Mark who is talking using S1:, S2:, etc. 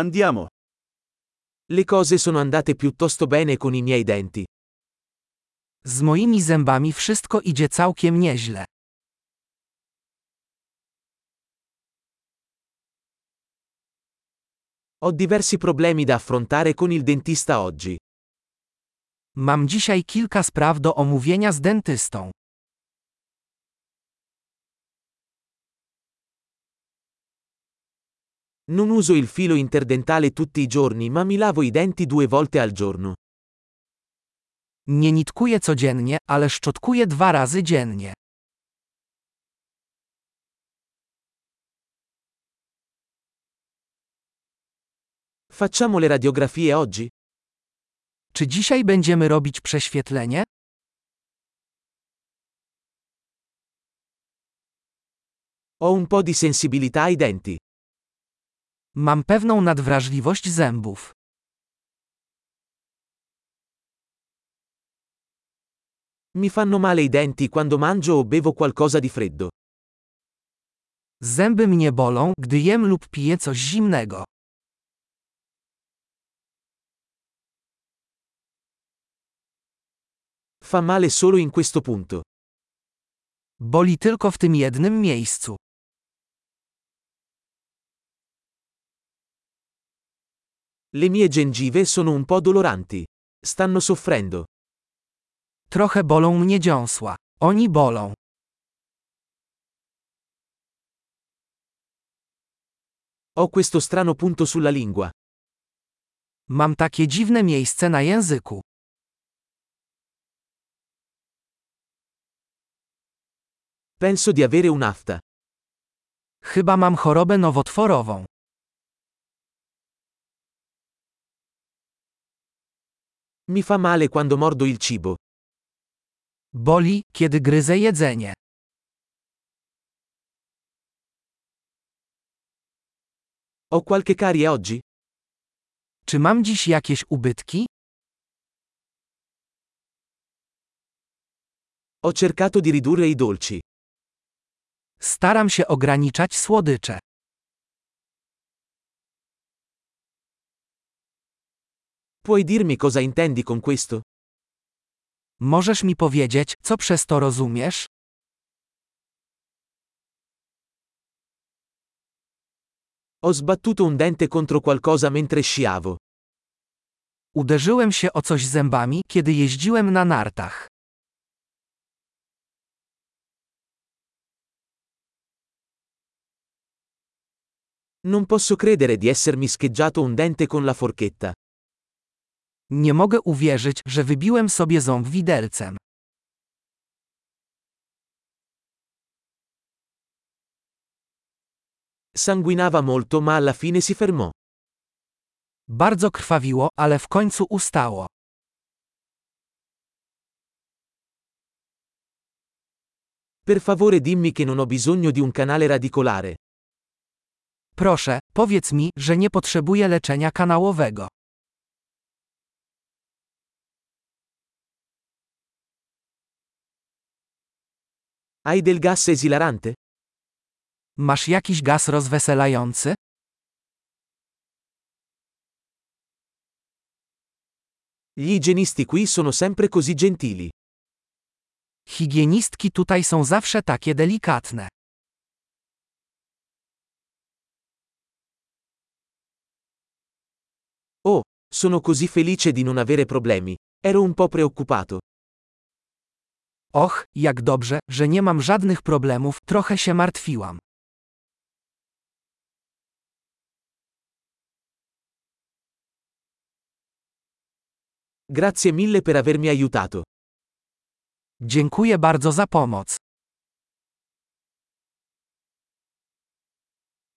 S1: Andiamo.
S2: Le cose sono andate piuttosto bene con i miei denti.
S3: Z moimi zębami wszystko idzie całkiem nieźle.
S2: Ho diversi problemi da affrontare con il dentista oggi.
S3: Mam dzisiaj kilka spraw do omówienia z dentystą.
S2: Non uso il filo interdentale tutti i giorni, ma mi lavo i denti due volte al giorno.
S3: Nie nitkuję codziennie, ale szczotkuję dwa razy dziennie.
S2: Facciamo le radiografie oggi?
S3: Czy dzisiaj będziemy robić prześwietlenie?
S2: Ho un po' di sensibilità ai denti.
S3: Mam pewną nadwrażliwość zębów.
S2: Mi fanno male i denti quando mangio o bevo qualcosa di freddo.
S3: Zęby mnie bolą, gdy jem lub piję coś zimnego.
S2: Fa male solo in questo punto.
S3: Boli tylko w tym jednym miejscu.
S2: Le mie gengive sono un po' doloranti. Stanno soffrendo.
S3: Trochę bolą mnie dziąsła. Oni bolą.
S2: Ho questo strano punto sulla lingua.
S3: Mam takie dziwne miejsce na języku.
S2: Penso di avere un'afta.
S3: Chyba mam chorobę nowotworową.
S2: Mi fa male quando mordo il cibo.
S3: Boli, kiedy gryzę jedzenie.
S2: Ho qualche carie oggi?
S3: Czy mam dziś jakieś ubytki?
S2: Ho cercato di ridurre i dolci.
S3: Staram się ograniczać słodycze.
S2: Puoi dirmi cosa intendi con questo?
S3: Możesz mi powiedzieć, co przez to rozumiesz?
S2: Ho sbattuto un dente contro qualcosa mentre sciavo.
S3: Uderzyłem się o coś zębami, kiedy jeździłem na nartach.
S2: Non posso credere di essermi scheggiato un dente con la forchetta.
S3: Nie mogę uwierzyć, że wybiłem sobie ząb widelcem.
S2: Sanguinava molto ma alla fine si fermò.
S3: Bardzo krwawiło, ale w końcu ustało.
S2: Per favore dimmi che non ho bisogno di un canale radicolare.
S3: Proszę, powiedz mi, że nie potrzebuję leczenia kanałowego.
S2: Hai del gas esilarante?
S3: Masz jakiś gaz rozweselający?
S2: Gli igienisti qui sono sempre così gentili.
S3: Higienistki tutaj są zawsze takie delikatne.
S2: Oh, sono così felice di non avere problemi. Ero un po' preoccupato.
S3: Och, jak dobrze, że nie mam żadnych problemów, trochę się martwiłam.
S2: Grazie mille per avermi aiutato.
S3: Dziękuję bardzo za pomoc.